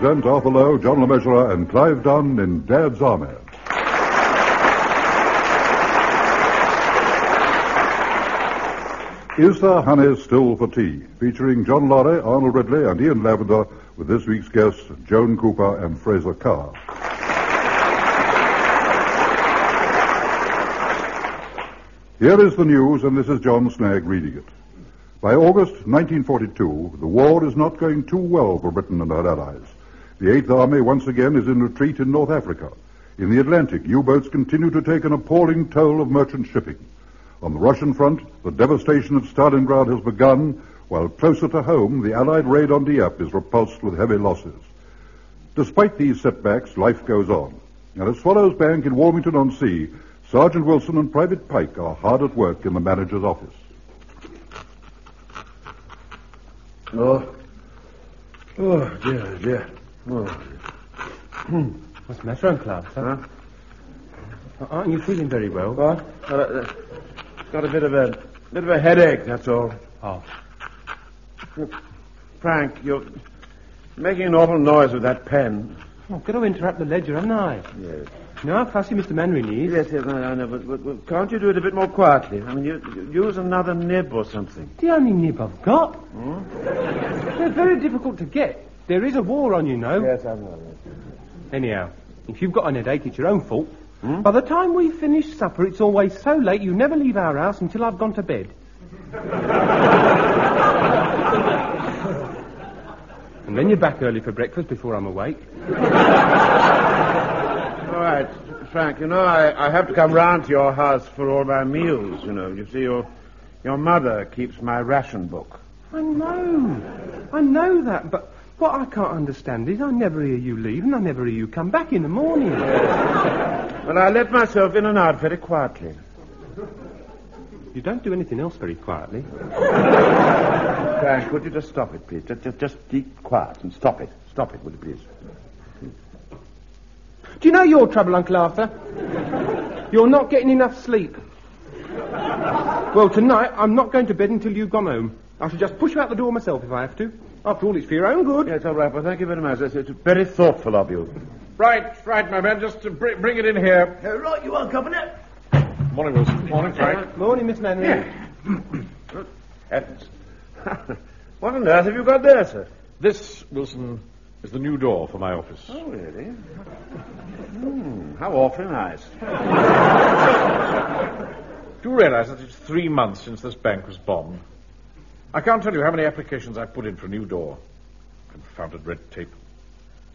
Brent, Arthur Lowe, John LeMessurier, and Clive Dunn in Dad's Army. Is There Honey Still for Tea? Featuring John Laurie, Arnold Ridley, and Ian Lavender, with this week's guests, Joan Cooper and Fraser Carr. Here is the news, and this is John Snag reading it. By August 1942, the war is not going too well for Britain and her allies. The Eighth Army once again is in retreat in North Africa. In the Atlantic, U-boats continue to take an appalling toll of merchant shipping. On the Russian front, the devastation of Stalingrad has begun, while closer to home, the Allied raid on Dieppe is repulsed with heavy losses. Despite these setbacks, life goes on. And at Swallows Bank in Wilmington-on-Sea, Sergeant Wilson and Private Pike are hard at work in the manager's office. Oh. Oh, dear, dear. Oh, dear. What's the matter, Uncle Arthur? Uh, Huh? Aren't you feeling very well? What? Got a, uh, got a bit of a bit of a headache, that's all. Oh, Frank, you're making an awful noise with that pen. Oh, I'm going to interrupt the ledger, haven't I? Yes. You know how fussy Mr. Manry is? Yes, yes, I I know, but, but, but can't you do it a bit more quietly? I mean, you, you use another nib or something. The only nib I've got. They're very difficult to get. There is a war on, you know. I know. Yes. Anyhow, if you've got an headache, it's your own fault. Hmm? By the time we finish supper, it's always so late you never leave our house until I've gone to bed. and then you're back early for breakfast before I'm awake. All right, Frank, you know, I, I have to come round to your house for all my meals, you know. You see, your, your mother keeps my ration book. I know. I know that, but what I can't understand is I never hear you leave and I never hear you come back in the morning. Well, I let myself in and out very quietly. You don't do anything else very quietly. Frank, would you just stop it, please? Just, just, just keep quiet and stop it. Stop it, would you please? Do you know your trouble, Uncle Arthur? You're not getting enough sleep. Well, tonight I'm not going to bed until you've gone home. I shall just push you out the door myself if I have to. After all, it's for your own good. Yes, all right. Well, thank you very much. That's, it's very thoughtful of you. Right, right, my man. Just to br- bring it in here. Uh, right, you are, Governor. Morning, Wilson. Morning, Frank. Uh, Morning, Miss Manry. Heavens. what on earth have you got there, sir? This, Wilson, is the new door for my office. Oh, really? Hmm, how awfully nice. Do you realize that it's three months since this bank was bombed? I can't tell you how many applications I've put in for a new door. Confounded red tape.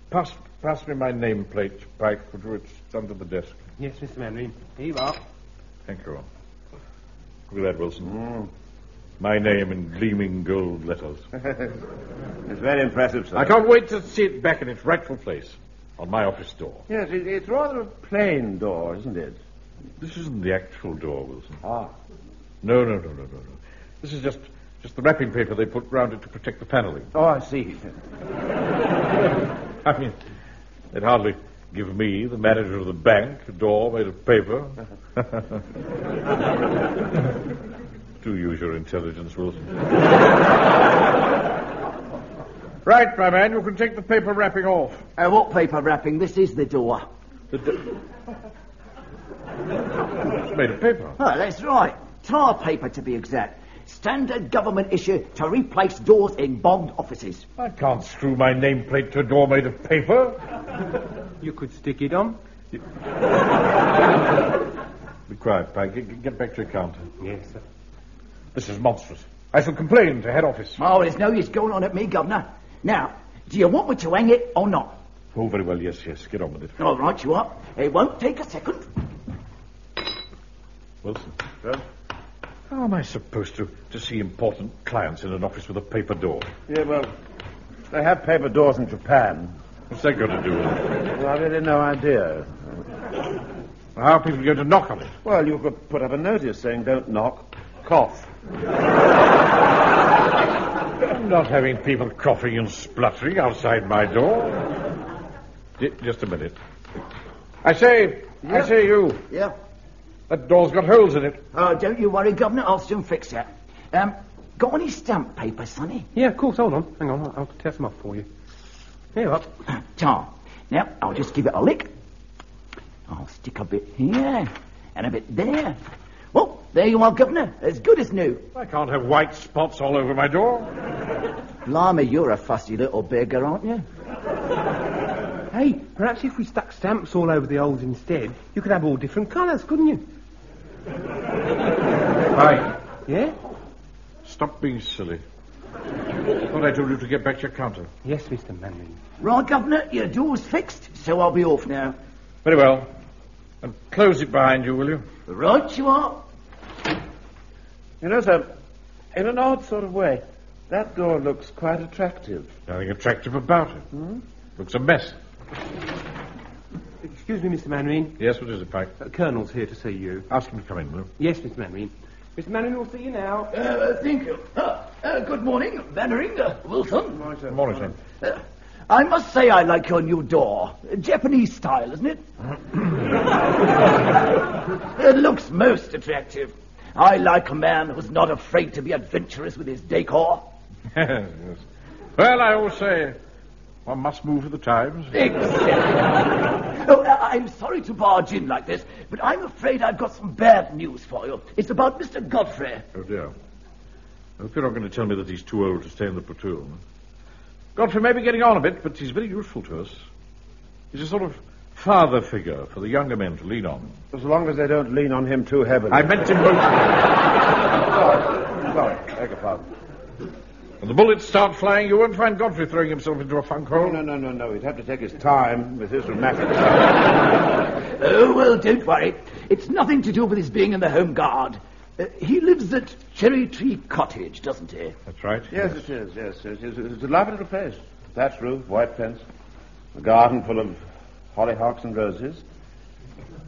Pass, pass me my nameplate, Pike, would you? It's under the desk. Yes, Mr. Manry. Here you are. Thank you. Look at that, Wilson. My name in gleaming gold letters. It's very impressive, sir. I can't wait to see it back in its rightful place on my office door. Yes, it, it's rather a plain door, isn't it? This isn't the actual door, Wilson. Ah. No, no, no, no, no, no. This is just just the wrapping paper they put round it to protect the paneling. Oh, I see. I mean, they'd hardly give me, the manager of the bank, a door made of paper. Do use your intelligence, Wilson. right, my man, you can take the paper wrapping off. Uh, what paper wrapping? This is the door. The d- it's made of paper. Oh, that's right. Tar paper, to be exact. Standard government issue to replace doors in bombed offices. I can't screw my nameplate to a door made of paper. You could stick it on. Be quiet, Pike. Get, get back to your counter. Yes, sir. This is monstrous. I shall complain to head office. Oh, there's no use going on at me, Governor. Now, do you want me to hang it or not? Oh, very well, yes, yes. Get on with it. All right, you are. It won't take a second. Wilson. How am I supposed to, to see important clients in an office with a paper door? yeah, well, they have paper doors in Japan. What's that got to do with it? Well, I've really no idea. How are people going to knock on it? Well, you could put up a notice saying don't knock, cough. I'm not having people coughing and spluttering outside my door. J- just a minute. I say, I say you. Yeah. That door's got holes in it. Oh, don't you worry, Governor. I'll soon fix that. Um, got any stamp paper, Sonny? Yeah, of course. Hold on. Hang on. I'll I'll test them off for you. Here you are. Tar. Now, I'll just give it a lick. I'll stick a bit here and a bit there. Well, there you are, Governor. As good as new. I can't have white spots all over my door. Blimey, you're a fussy little beggar, aren't you? Hey, perhaps if we stuck stamps all over the holes instead, you could have all different colours, couldn't you? Hi. Yeah? Stop being silly. Thought I told you to get back to your counter. Yes, Mr. Manley. Right, Governor, your door's fixed, so I'll be off now. Very well. And close it behind you, will you? Right you are. You know, sir, in an odd sort of way, that door looks quite attractive. Nothing attractive about it. Looks a mess. Excuse me, Mr. Mandarin. Yes, what is it, Pike? Uh, Colonel's here to see you. Ask him to come in, will you? Yes, Mr. Mandarin. Mr. Mandarin will see you now. Uh, thank you. Uh, uh, good morning, Mannering, uh, Wilson. Good morning, sir. Uh, I must say I like your new door. Japanese style, isn't it? Mm-hmm. it looks most attractive. I like a man who's not afraid to be adventurous with his decor. yes. Well, I always say one must move with the times. Exactly. oh, I- I'm sorry to barge in like this, but I'm afraid I've got some bad news for you. It's about Mr. Godfrey. Oh, dear. I hope you're not going to tell me that he's too old to stay in the platoon. Godfrey may be getting on a bit, but he's very useful to us. He's a sort of father figure for the younger men to lean on. As long as they don't lean on him too heavily. I meant him both. sorry. Beg your pardon. When the bullets start flying, you won't find Godfrey throwing himself into a funk hole. No, no, no, no. He'd have to take his time with his rheumatics. Oh, well, don't worry. It's nothing to do with his being in the Home Guard. Uh, he lives at Cherry Tree Cottage, doesn't he? That's right. Yes, it is. Yes, it is. It's a lovely little place. Thatch roof, white fence, a garden full of hollyhocks and roses.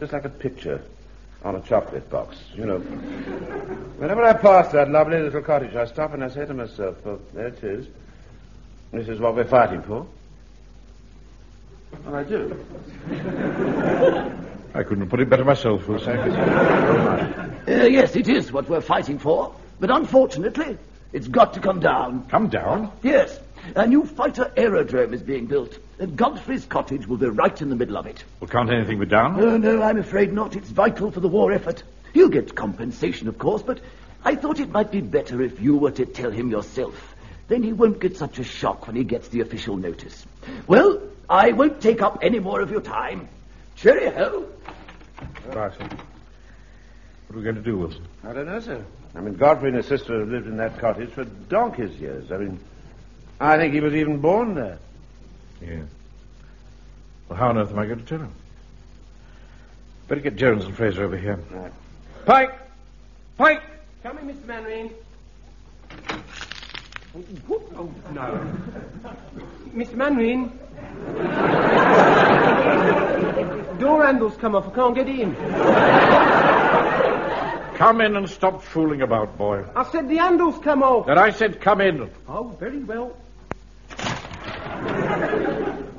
Just like a picture on a chocolate box, you know. Whenever I pass that lovely little cottage, I stop and I say to myself, well, there it is. This is what we're fighting for. And I do. I couldn't have put it better myself, Wilson. Uh, yes, it is what we're fighting for. But unfortunately, it's got to come down. Come down. Yes, a new fighter aerodrome is being built, and Godfrey's cottage will be right in the middle of it. Well, can't anything be done? Oh, no, I'm afraid not. It's vital for the war effort. He'll get compensation, of course, but I thought it might be better if you were to tell him yourself. Then he won't get such a shock when he gets the official notice. Well, I won't take up any more of your time. Cheerio. Right. sir. What are we going to do, Wilson? I don't know, sir. I mean, Godfrey and his sister have lived in that cottage for donkey's years. I mean, I think he was even born there. Yeah. Well, how on earth am I going to tell him? Better get Jones and Fraser over here. Right. Pike! Pike! Come in, Mr. Mandarin. Oh, whoop. Oh, no. Mr. Mandarin. Door handle's come off. I can't get in. Come in and stop fooling about, boy. I said the handle's come off. And I said, come in. Oh, very well.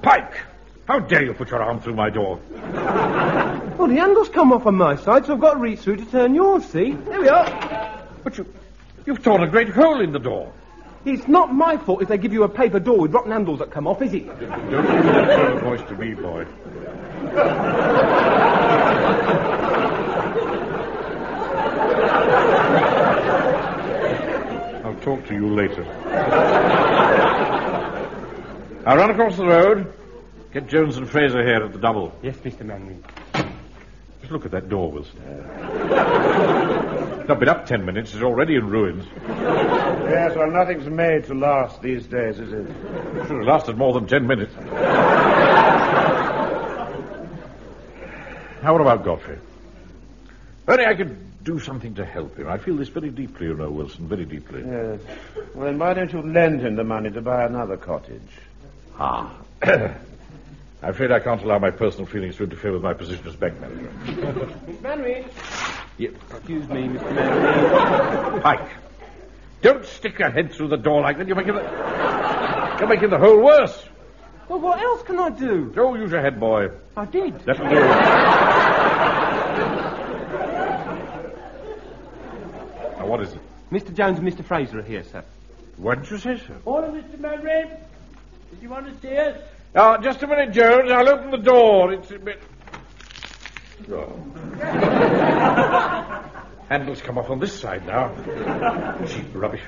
Pike! How dare you put your arm through my door? Well, the handle's come off on my side, so I've got to reach through to turn yours, see? There we are. But you, you've torn a great hole in the door. It's not my fault if they give you a paper door with rotten handles that come off, is it? Don't give that tone of voice to me, boy. I'll talk to you later. Now run across the road. Get Jones and Fraser here at the double. Yes, Mr. Manning. Just look at that door, Wilson. It's not been up ten minutes. It's already in ruins. Yes, well, nothing's made to last these days, is it? It should have lasted more than ten minutes. now, what about Godfrey? If Only I could do something to help him. I feel this very deeply, you know, Wilson, very deeply. Yes. Well, then why don't you lend him the money to buy another cottage? Ah. I'm afraid I can't allow my personal feelings to interfere with my position as bank manager. Mr. Manning. Yeah. Excuse me, Mr. Manning. Pike, don't stick your head through the door like that. You're making the, you're making the whole worse. Well, what else can I do? Don't use your head, boy. I did. That'll do it. now, what is it? Mr. Jones and Mr. Fraser are here, sir. What did you say, sir? Morning, Mr. Manred. Did you want to see us? Ah, just a minute, Jones. I'll open the door. It's a bit. Oh. handle's come off on this side now. Cheap rubbish.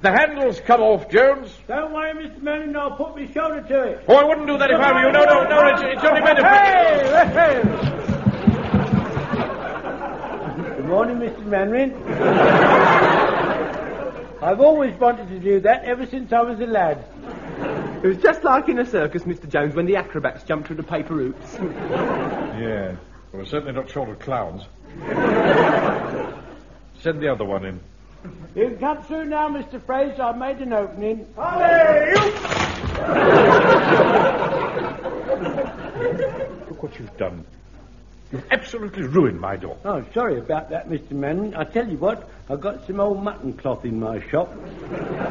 The handle's come off, Jones. Don't worry, Mr. Manning, I'll put my shoulder to it. Oh, I wouldn't do that if I were you. No, no, no, it's, it's only meant to Hey, hey. Good morning, Mr. Manring. I've always wanted to do that ever since I was a lad. It was just like in a circus, Mr. Jones, when the acrobats jumped through the paper hoops. Yeah. Well, we're certainly not short of clowns. Send the other one in. You can come through now, Mr. Fraser. I've made an opening. Look what you've done. You've absolutely ruined my door. Oh, sorry about that, Mr. Manning. I tell you what, I've got some old mutton cloth in my shop.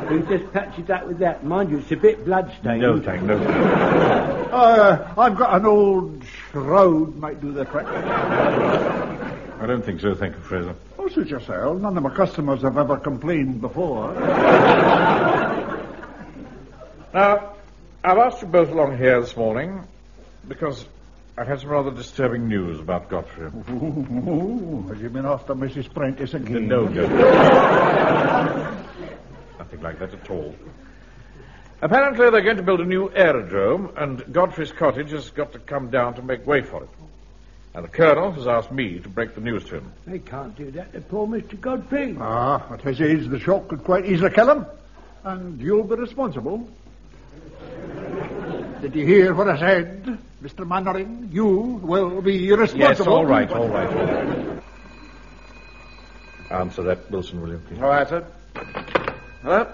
We'll just patch it up with that. Mind you, it's a bit bloodstained. No, thank no. thank. Uh, I've got an old shroud, might do the trick. I don't think so, thank you, Fraser. Oh, suit yourself. None of my customers have ever complained before. Now, I've asked you both along here this morning because I've had some rather disturbing news about Godfrey. Ooh, has Oh, you been after Mrs. Prentice again? No, no. Nothing like that at all. Apparently, they're going to build a new aerodrome, and Godfrey's cottage has got to come down to make way for it. And the Colonel has asked me to break the news to him. They can't do that to poor Mr. Godfrey. Ah, at his age, the shock could quite easily kill him. And you'll be responsible. Did you hear what I said, Mr. Mannering? You will be responsible. Yes, all right, all right, all right. Answer that, Wilson, will you? please? All right, sir. Hello?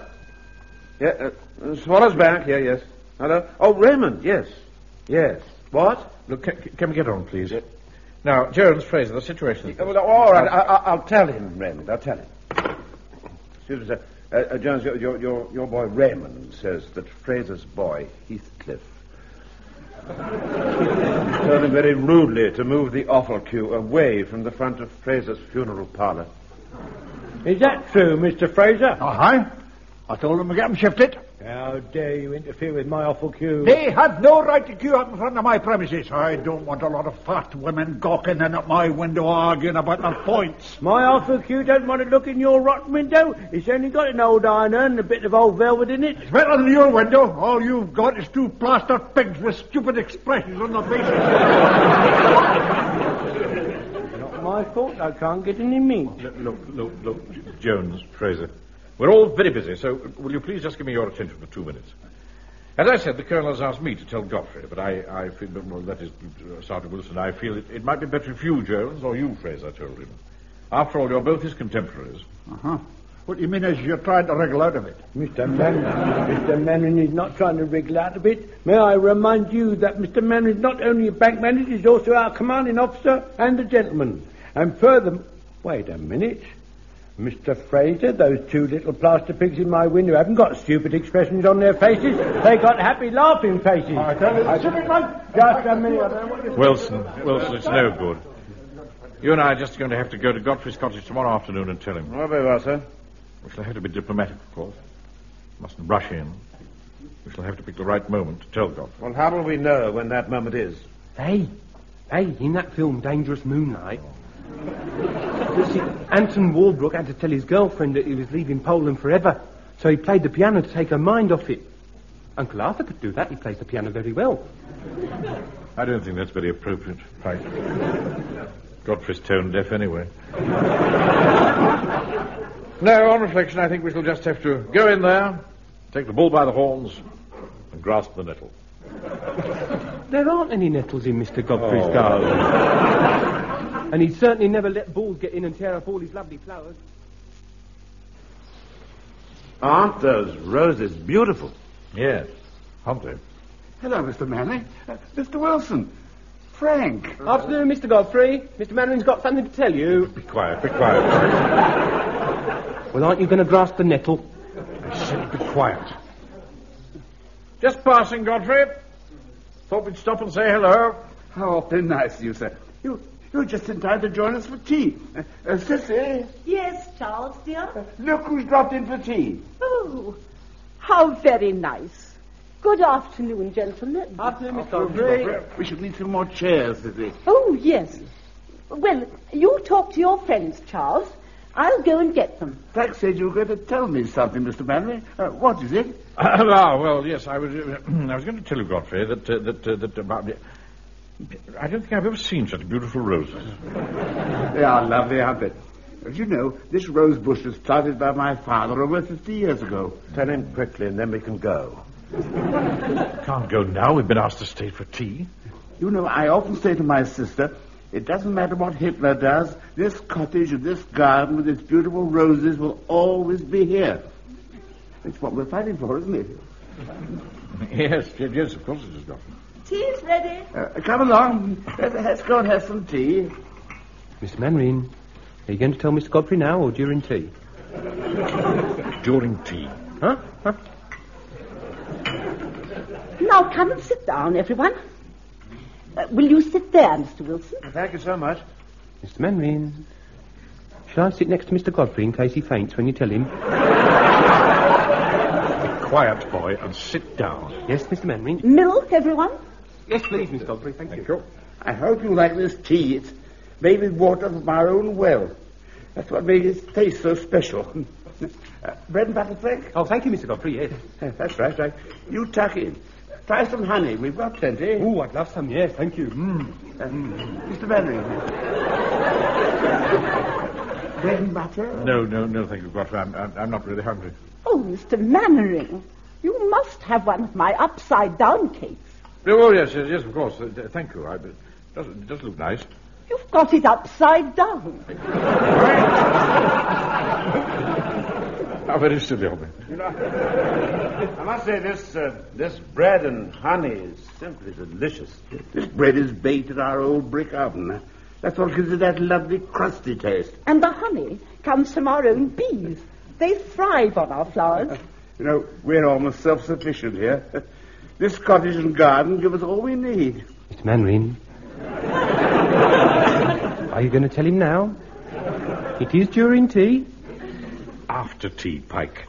Yeah, uh, uh, Swallow's back. Yeah, yes. Hello? Oh, Raymond, yes. Yes. What? Look, can, can we get on, please? Now, Jones, Fraser, the situation is... Yeah, well, all right, I, I, I'll tell him, Raymond. I'll tell him. Excuse me, sir. Uh, uh, Jones, your, your, your, your boy Raymond says that Fraser's boy, Heathcliff, told him very rudely to move the offal queue away from the front of Fraser's funeral parlor. Is that true, Mr. Fraser? Oh, Aye. I told them to get 'em shifted. How dare you interfere with my awful cue? They have no right to queue up in front of my premises. I don't want a lot of fat women gawking in at my window arguing about their points. My awful cue doesn't want to look in your rotten window. It's only got an old iron urn and a bit of old velvet in it. It's better than your window. All you've got is two plaster pigs with stupid expressions on their faces. Not my fault. I can't get any meat. Look, look, look, look, Jones, Fraser. We're all very busy, so will you please just give me your attention for two minutes? As I said, the Colonel has asked me to tell Godfrey, but I, I feel, well, that is, uh, Sergeant Wilson, I feel it, it might be better if you, Jones, or you, Fraser, told him. After all, you're both his contemporaries. Uh-huh. What you mean is you're trying to wriggle out of it. Mr. Manning, Mr. Manning is not trying to wriggle out of it. May I remind you that Mr. Manning is not only a bank manager, he's also our commanding officer and a gentleman. And further, wait a minute. Mr. Fraser, those two little plaster pigs in my window haven't got stupid expressions on their faces. They got happy laughing faces. I tell you, just a minute. I don't know what you're Wilson, Wilson, it's no good. You and I are just going to have to go to Godfrey's cottage tomorrow afternoon and tell him. Oh, very well, sir. We shall have to be diplomatic, of course. Mustn't rush in. We shall have to pick the right moment to tell Godfrey. Well, how will we know when that moment is? Hey, hey, in that film Dangerous Moonlight. you see, Anton Walbrook had to tell his girlfriend that he was leaving Poland forever, so he played the piano to take her mind off it. Uncle Arthur could do that, he plays the piano very well. I don't think that's very appropriate. Right. Godfrey's tone deaf anyway. no, on reflection, I think we shall just have to go in there, take the bull by the horns, and grasp the nettle. There aren't any nettles in Mr. Oh. Godfrey's garden. and he'd certainly never let balls get in and tear up all his lovely flowers. Aren't those roses beautiful? Yes, aren't they? Hello, Mr. Manning. Uh, Mr. Wilson. Frank. Uh, Afternoon, Mr. Godfrey. Mr. Mannering's got something to tell you. Be quiet, be quiet. Well, aren't you going to grasp the nettle? be quiet. Just passing, Godfrey. Thought we'd stop and say hello. How awfully nice of you, sir. You, you're just in time to join us for tea. Uh, uh, Sissy, Yes, Charles, dear. look who's dropped in for tea. Oh, how very nice. Good afternoon, gentlemen. Afternoon, Miss Godfrey. We should need some more chairs, Lizzie. Oh, yes. Well, you talk to your friends, Charles. I'll go and get them. Jack said you were going to tell me something, Mr. Manley. Uh, what is it? ah, well, yes, I was, uh, I was going to tell you, Godfrey, that, uh, that, uh, that about... the- I don't think I've ever seen such beautiful roses. They are lovely, aren't they? As you know, this rose bush was planted by my father over 50 years ago. Tell him quickly, and then we can go. Can't go now. We've been asked to stay for tea. You know, I often say to my sister, it doesn't matter what Hitler does, this cottage and this garden with its beautiful roses will always be here. It's what we're fighting for, isn't it? Yes, yes, yes, of course it is, Godfrey. Tea's ready. Uh, come along. Let's, let's go and have some tea. Mr. Manring, are you going to tell Mr. Godfrey now or during tea? During tea. Huh? Huh? Now come and sit down, everyone. Uh, will you sit there, Mr. Wilson? Thank you so much. Mr. Manring, shall I sit next to Mr. Godfrey in case he faints when you tell him? Quiet, boy, and sit down. Yes, Mr. Manring. Milk, everyone? Yes, please, Miss Godfrey. Thank, you. I hope you like this tea. It's made with water from our own well. That's what made it taste so special. uh, bread and butter, Frank? Oh, thank you, Mr. Godfrey. Yes. Uh, That's right, right. You tuck in. Try some honey. We've got plenty. Uh, Oh, I'd love some. Yes, thank you. Mm. Mr. Manley. Bread and butter? No, no, no, thank you, Godfrey. I'm, I'm, I'm not really hungry. Oh, Mr. Mannering, you must have one of my upside-down cakes. Oh, yes, yes, yes, of course. Uh, th- thank you. I, it, does, it does look nice. You've got it upside down. How very silly of me. I must say, this, uh, this bread and honey is simply delicious. This bread is baked in our old brick oven. That's what gives it that lovely crusty taste. And the honey comes from our own bees. They thrive on our flowers. You know, we're almost self-sufficient here. This cottage and garden give us all we need. Mr. Manring. Are you going to tell him now? It is during tea. After tea, Pike.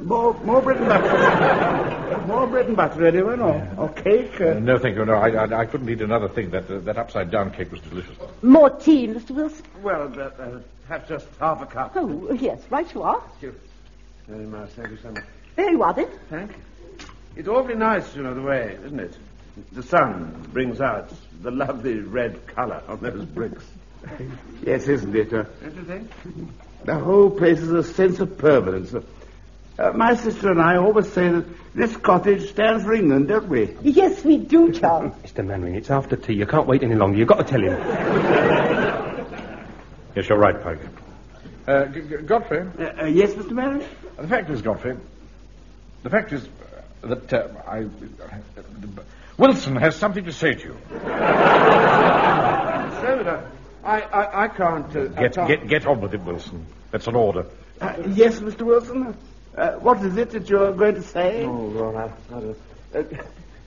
More, more bread and butter. more bread and butter, anyone? Or, or cake? Uh, Uh, no, thank you. No, I, I, I couldn't eat another thing. That, uh, that upside-down cake was delicious. More tea, Mr. Wilson. Well, uh, uh, perhaps just half a cup. Oh, yes, right you are. Very much. Thank you so much. There you are then. Thank you. It's awfully nice, you know, the way, isn't it? The sun brings out the lovely red colour on those bricks. yes, isn't it? Uh, Don't you think? The whole place is a sense of permanence. Uh, my sister and I always say that this cottage stands for England, don't we? Yes, we do, Charles. Mr. Manring, it's after tea. You can't wait any longer. You've got to tell him. Yes, you're right, Pike. Uh, G- G- Godfrey, Uh, uh, yes, Mr. Merrick? the fact is, Godfrey, the fact is uh, that uh, I... Wilson has something to say to you. So, I, I, I can't. Uh, I Get, can't. get, get on with it, Wilson. That's an order. Uh, yes, Mr. Wilson? Uh, what is it that you're going to say? Oh, Lord, I, I don't. Uh,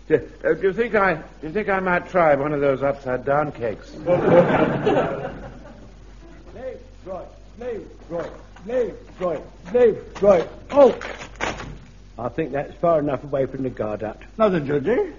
do, uh, do you think I? Do you think I might try one of those upside down cakes? Slave droid, slave droid, slave droid, slave droid. Oh! I think that's far enough away from the guard hut. Nothing, eh? Judy.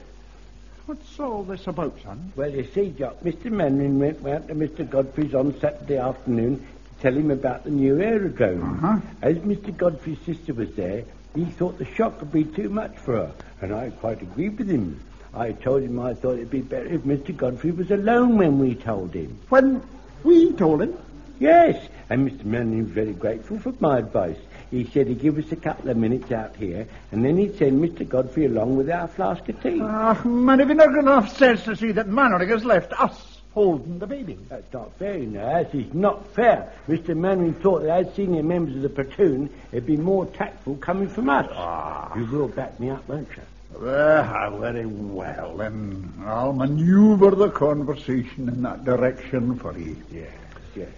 What's all this about, son? Well, you see, Jock, Mr. Manning went round to Mr. Godfrey's on Saturday afternoon to tell him about the new aerodrome. Uh-huh. As Mr. Godfrey's sister was there, he thought the shock would be too much for her, and I quite agreed with him. I told him I thought it'd be better if Mr. Godfrey was alone when we told him. When we told him. Yes, and Mr. Manning was very grateful for my advice. He said he'd give us a couple of minutes out here, and then he'd send Mr. Godfrey along with our flask of tea. Ah, man, have you not got enough sense to see that Mannering has left us holding the baby? That's not fair, you know. That is not fair. Mr. Manning thought that as senior members of the platoon, it'd be more tactful coming from us. Ah. You will back me up, won't you? Well, very well, then I'll maneuver the conversation in that direction for you. Yes, yes.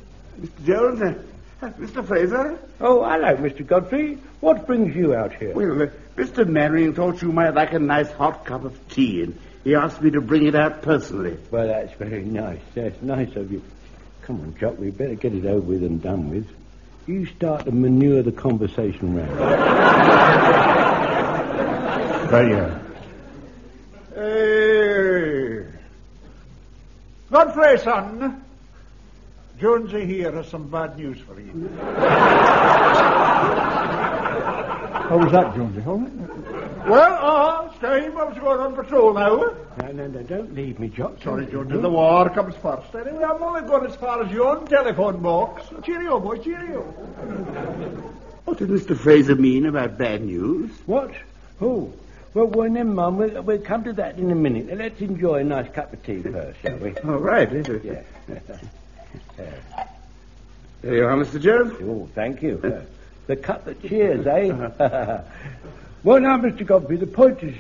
Mr. Jones? Uh, uh, Mr. Fraser? Oh, hello, Mr. Godfrey. What brings you out here? Well, uh, Mr. Merrick thought you might like a nice hot cup of tea, and he asked me to bring it out personally. Well, that's very nice. That's nice of you. Come on, Jock, we better get it over with and done with. You start to manure the conversation round. There you are. Eh, Godfrey, son. Jonesy here has some bad news for you. How was that, Jonesy? All right. Well, ah, it's time I was going on patrol now. No, no, no, don't leave me, Jock. Sorry, Jonesy, the war comes first. Anyway, I'm only going as far as your own telephone box. Cheerio, boy, cheerio. What did Mr. Fraser mean about bad news? What? Who? Well, well, then, Mum, we'll, we'll come to that in a minute. Let's enjoy a nice cup of tea first, shall we? All right. Yeah. There you are, Mr. Jones. Oh, thank you. the cup that cheers, eh? well, now, Mr. Godfrey, the point is,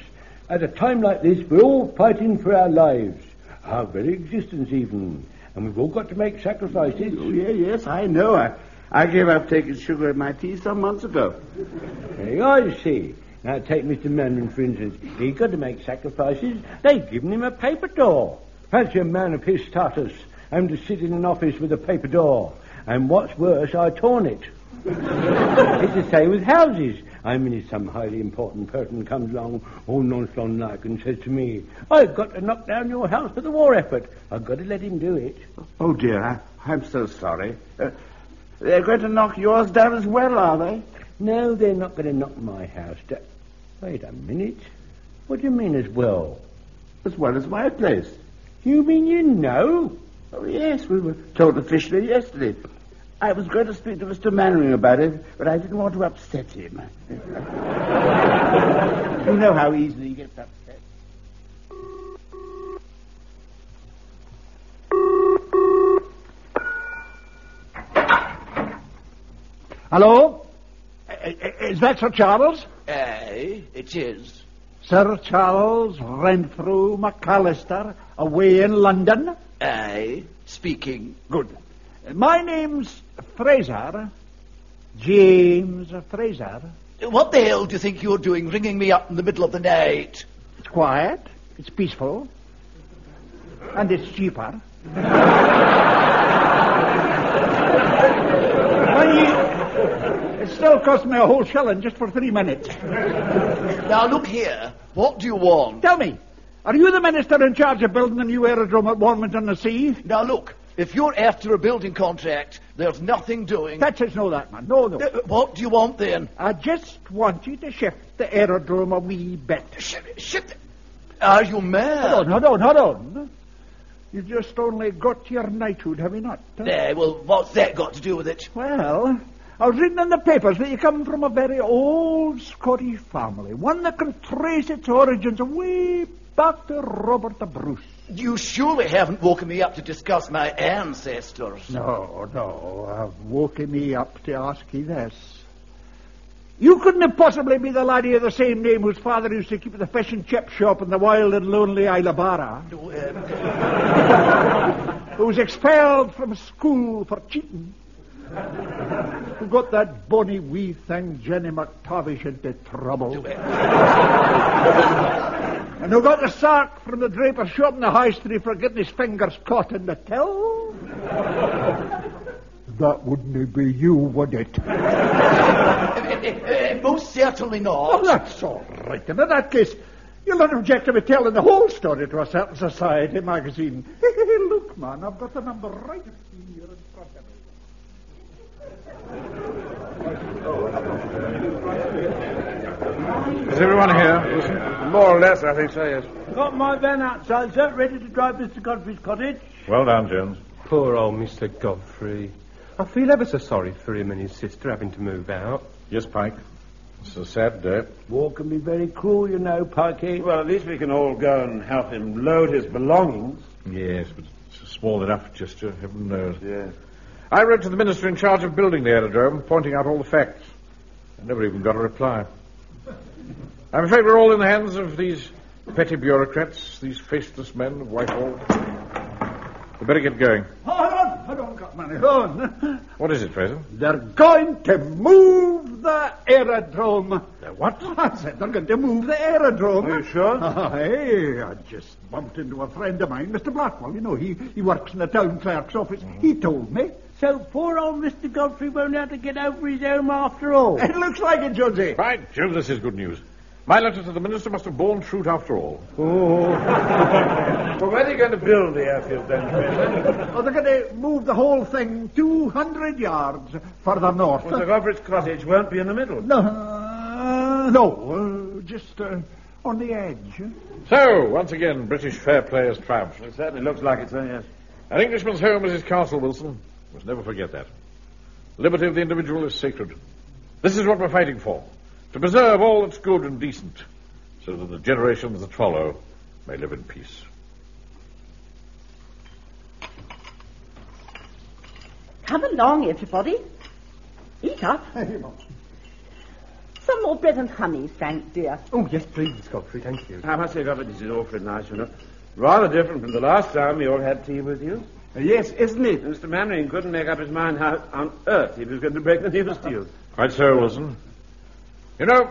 at a time like this, we're all fighting for our lives, our very existence even, and we've all got to make sacrifices. Oh, yeah, yes, I know. I, I gave up taking sugar in my tea some months ago. Hey, I see. Now, take Mr. Manning, for instance. He's got to make sacrifices. They've given him a paper door. Fancy a man of his status having to sit in an office with a paper door. And what's worse, I torn it. it's the same with houses. I mean, if some highly important person comes along, all nonchalant like, and says to me, I've got to knock down your house for the war effort. I've got to let him do it. Oh, dear, I, I'm so sorry. Uh, they're going to knock yours down as well, are they? No, they're not going to knock my house down. Wait a minute. What do you mean as well? As well as my place. You mean you know? Oh, yes, we were told officially yesterday. I was going to speak to Mr. Mannering about it, but I didn't want to upset him. you know how easily he gets upset. Hello? Eh, Is that Sir Charles? Aye, it is. Sir Charles Renfrew McAllister, away in London? Aye, speaking. Good. My name's Fraser. James Fraser. What the hell do you think you're doing ringing me up in the middle of the night? It's quiet, it's peaceful, and it's cheaper. Money- it still cost me a whole shilling just for three minutes. Now, look here. What do you want? Tell me, are you the minister in charge of building a new aerodrome at Warmington-on-Sea? Now, look. If you're after a building contract, there's nothing doing. That is no that, man. No, no. Uh, What do you want then? I just want you to shift the aerodrome a wee bit. Sh- shit. Are you Hold on, mad? hold on, hold on. You just only got your knighthood, have you not? There, well, what's that got to do with it? Well, I was reading in the papers that you come from a very old Scottish family, one that can trace its origins away back to Robert the Bruce. You surely haven't woken me up to discuss my ancestors. No, no, I've woken me up to ask you this. You couldn't have possibly be the laddie of the same name whose father used to keep the fish and chip shop in the wild and lonely Isle of Barra, No, uh, who was expelled from school for cheating, who got that bonny wee thing Jenny McTavish into trouble. And who got the sack from the draper's shop in the high street for getting his fingers caught in the till? That wouldn't be you, would it? uh, most certainly Oh, not. that's all right. And in that case, you'll not object to me telling the whole story to a certain society magazine. Look, man, I've got the number right here in front of me. Is everyone here? Wilson? More or less, I think so, yes. Got my van outside, sir, ready to drive Mr. Godfrey's cottage. Well done, Jones. Poor old Mr. Godfrey. I feel ever so sorry for him and his sister having to move out. Yes, Pike. It's a sad day. War can be very cruel, you know, Pikey. Well, at least we can all go and help him load his belongings. Yes, but it's small enough gesture, heaven knows. Yeah. I wrote to the minister in charge of building the aerodrome, pointing out all the facts. I never even got a reply. I'm afraid we're all in the hands of these petty bureaucrats, these faceless men of Whitehall. We better get going. Hold on, hold on, got money, hold on. What is it, Fraser? They're going to move the aerodrome. what? I said they're going to move the aerodrome. Are you sure? Aye, I just bumped into a friend of mine, Mr. Blackwell. You know, he, he works in the town clerk's office. He told me. So poor old Mr. Godfrey won't have to get over his own after all. It looks like it, Jonesy. By Jove, this is good news. My letter to the minister must have borne fruit after all. Well, where are you going to build the airfield then, Commissioner? Or Oh, they're going to move the whole thing 200 yards further north. well, the Gobrit's cottage won't be in the middle. No, uh, no, uh, just uh, on the edge. So, once again, British fair play has triumphed. It certainly looks like it, sir, yes. An Englishman's home is his castle, Wilson. We must never forget that. Liberty of the individual is sacred. This is what we're fighting for to preserve all that's good and decent, so that the generations that follow may live in peace. Come along, everybody. Eat up. Some more bread and honey, Frank, dear. Oh, yes, please, Godfrey, thank you. I must say, Ah, Robert, this is awfully nice, you know. Rather different from the last time we all had tea with you. Yes, isn't it? Mr. Mannering couldn't make up his mind how on earth he was going to break the news to you. Quite so, Wilson. You know,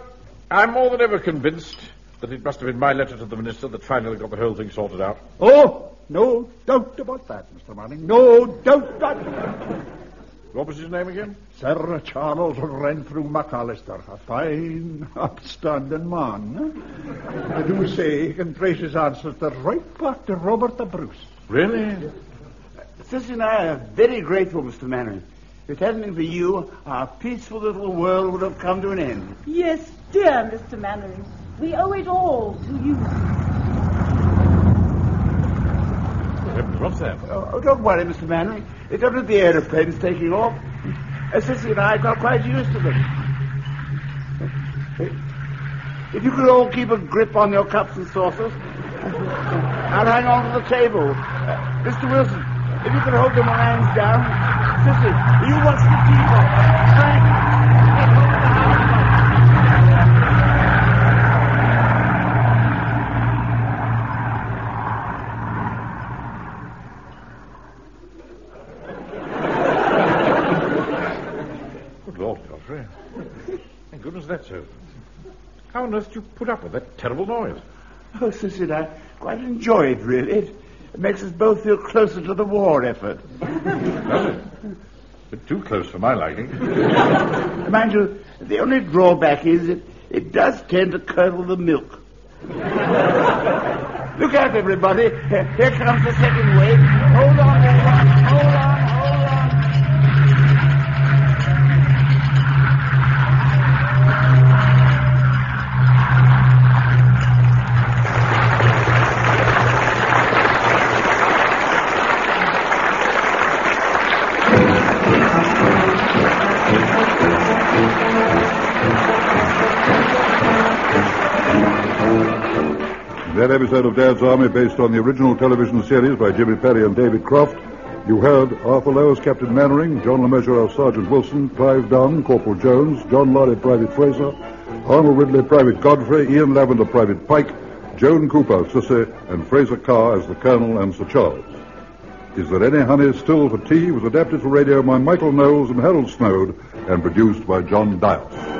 I'm more than ever convinced that it must have been my letter to the minister that finally got the whole thing sorted out. Oh, no doubt about that, Mr. Manning. No doubt about What was his name again? Sir Charles Renfrew MacAllister, a fine, upstanding man. eh? I do say he can trace his ancestors right back to Robert the Bruce. Really? Sister and I are very grateful, Mr. Mannering. If it hadn't been for you, our peaceful little world would have come to an end. Yes, dear Mr. Mannering. We owe it all to you. What's that? Oh, oh, don't worry, Mr. Mannering. It's only the aeroplanes taking off. And Sissy and I got quite used to them. If you could all keep a grip on your cups and saucers, I'll hang on to the table. Uh, Mr. Wilson, if you could hold them hands down. Sissy, you watch the teapot. Frank, get hold of the house light. Good Lord, Godfrey. Thank goodness that's over. How on earth do you put up with that terrible noise? Oh, Sissy and I quite enjoy it, really. It makes us both feel closer to the war effort. bit too close for my liking. Mind you, the only drawback is it, it does tend to curdle the milk. Look out, everybody. Here comes the second wave. Hold on, everyone. Hold on, hold on. That episode of Dad's Army, based on the original television series by Jimmy Perry and David Croft, you heard Arthur Lowe as Captain Mannering, John LeMessurier as Sergeant Wilson, Clive Dunn, Corporal Jones, John Lorry, Private Fraser, Arnold Ridley, Private Godfrey, Ian Lavender, Private Pike, Joan Cooper, Sissy, and Fraser Carr as the Colonel and Sir Charles. Is There Any Honey Still for Tea was adapted for radio by Michael Knowles and Harold Snowd and produced by John Dias.